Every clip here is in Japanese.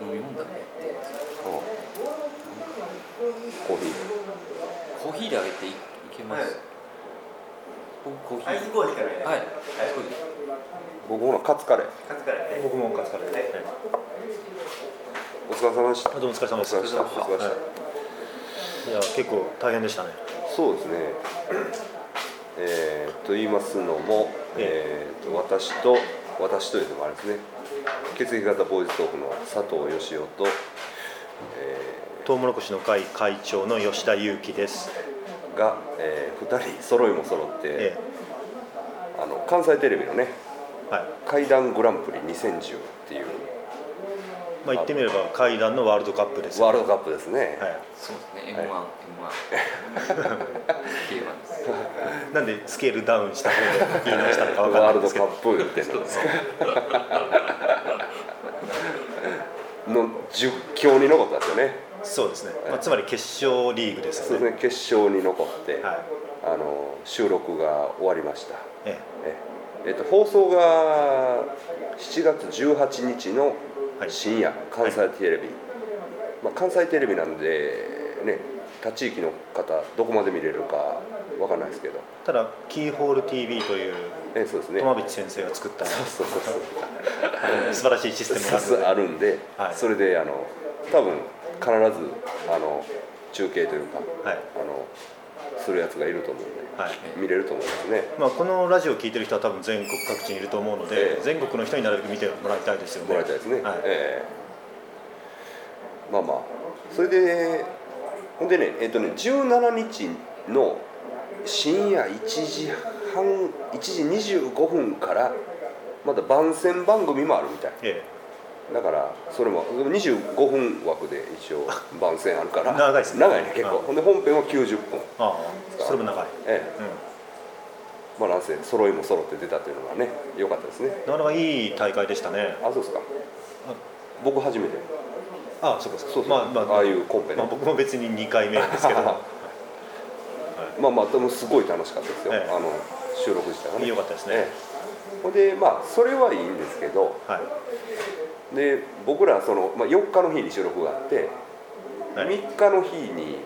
飲み物だねコーヒーコーヒーであげていいけます、はい僕コーヒアイースコーヒーからねはい、いそうです僕もカツカレーカツからね僕もカツカレーで、はいお疲れ様でしたあどうもお疲れ様おです疲れ様でしたお疲れ様でした、いや結構大変でしたねそうですねえー、と言いますのも、えー、と私と私というのもあれですね血液型ボーイズトークの佐藤義雄と、えトウモロコシの会会長の吉田裕樹です、ーが、え2人揃いも揃って、えあの関西テレビのねえはい怪談グランプリ2010っていうまあ、言ってみれば怪談のワールドカップです、ワールはドカップですね、そうですね M1、は M1 競馬ですい、なんでスケールダウンした方が言い直したのか分かワールらないでドすけカどップ言ってんの の10強に残ったんですよねそうですね、まあ、つまり決勝リーグですそようねですね決勝に残って、はいあの収録が終わりましたえええっと、放送が7月18日のはい深夜、関西テレビ、まあ、関西テレビなんでね他地域の方どこまで見れるかわかんないですけどえ、ただキーホール TV というえそうですねトマビッチ先生が作ったそうそうそう素晴らしいシステムがあさるすのであるんで、はいそれであの多分必ずあの中継というか、はあいのするやつがいると思うんで、はい見れると思いますね。まあ、このラジオを聞いてる人は多分全国各地にいると思うので、ええ全国の人になるべく見てもらいたいですよねもらいたいですね。はいええまあまあそれでほんでねえっ、とね17日の深夜1時半1時25分からまた番宣番組もあるみたいえだからそれも25分枠で一応番宣あるから長いですね長いね結う構んほんで本編は90分えああそれも長い、ええうまあなんせ揃いも揃って出たというのがね良かったですねん、なかなかいい大会でしたねあそうですか僕初めてああそうかそうかそうそう、まあまあああいうコンペね、まあ、僕も別に2回目ですけどまあまあでもすごい楽しかったですよ、ええあの収録自体がね良かったですねええほんでまあそれはいいんですけどはいで僕らその、まあ、4日の日に収録があって、はい3日の日に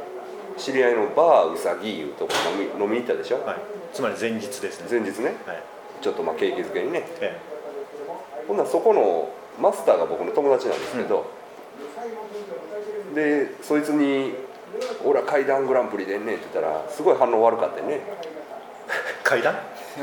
知り合いのバーうさぎいうとこ飲み飲みに行ったでしょ、はい、つまり前日ですね前日ねはいちょっとまあ景気づけにねえほんならそこのマスターが僕の友達なんですけど、でそいつに「俺は怪談グランプリでんねん」って言ったらすごい反応悪かったよねえ階段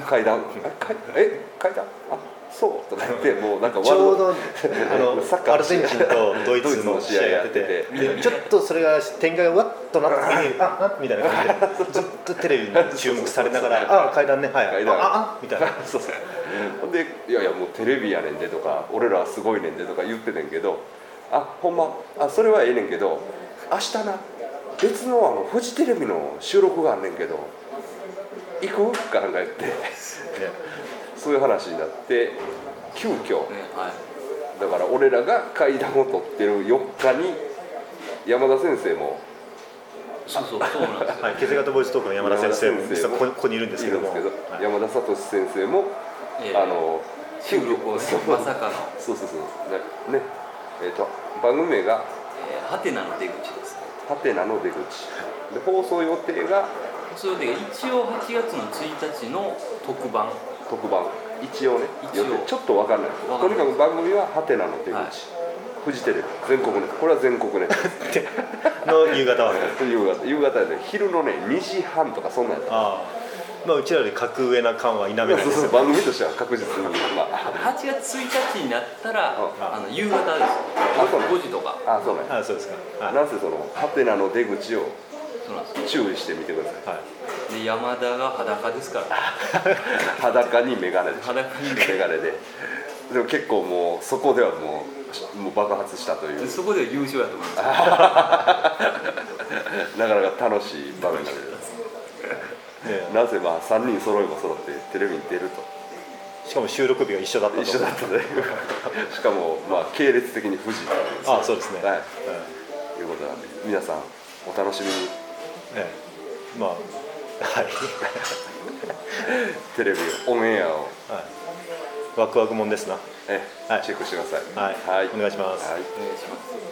階段え階え階段あそうとか言ってもうなんかちょうどあ サッカのーアルゼンチンとドイツの試合やっててでちょっとそれが展開がわっとなった時にあっみたいな感 じでずっとテレビに注目されながらあ階段ねはいはい階段あああみたいな そうそうほんで「いやいやもうテレビやねんで」とか「俺らはすごいねんで」とか言っててんけどあほんまあそれはええねんけど明日な別のあのフジテレビの収録があんねんけど行くかなんか言ってねそういう話になって急ね遽はいだから俺らが階段を取ってる4日に山田先生もそうそうそうなんですよはい、血液型ボイストークの山田先生も山田先生実はここにここにいるんですけどもいるんですけどはい山田聡先生も、ええあの収録をねそうまさかのそうそうそうねねえっ、と番組名がえーハテナの出口ですね「ハテナの出口」で放送予定がそれで一応8月の1日の特番特番一応ね一応予定ちょっと分かんないわかとんなにいかく番組は「ハテナの出口」はいフジテレビ全国ネットこれは全国ネット ですの夕方は夕方夕方で昼のね2時半とかそんなんやったああまあうちらより格上な感は否めないでそうすそよ う番組としては確実にまあ8月1日になったらああの夕方ですあそうなん5時とかあそうなんやああそうですかはい、なんせその「ハテナの出口」をそうなんですよ注意してみてくださいはいで山田が裸ですから裸に眼鏡でしょ裸に眼鏡ででも結構もうそこではもうもう爆発したというでそこで優勝やと思いますなかなか楽しい場面が出てねなぜまあ3人揃いも揃ってテレビに出るとしかも収録日が一緒だったと一緒だったというしかもまあ系列的に富士とああそうですね、はいうんいうことなんで皆さんお楽しみにええ、まあはい、テレビオンエアをはい、ワクワクもんですなええはいチェックしてくださいはい、はいお願いします、はいお願いします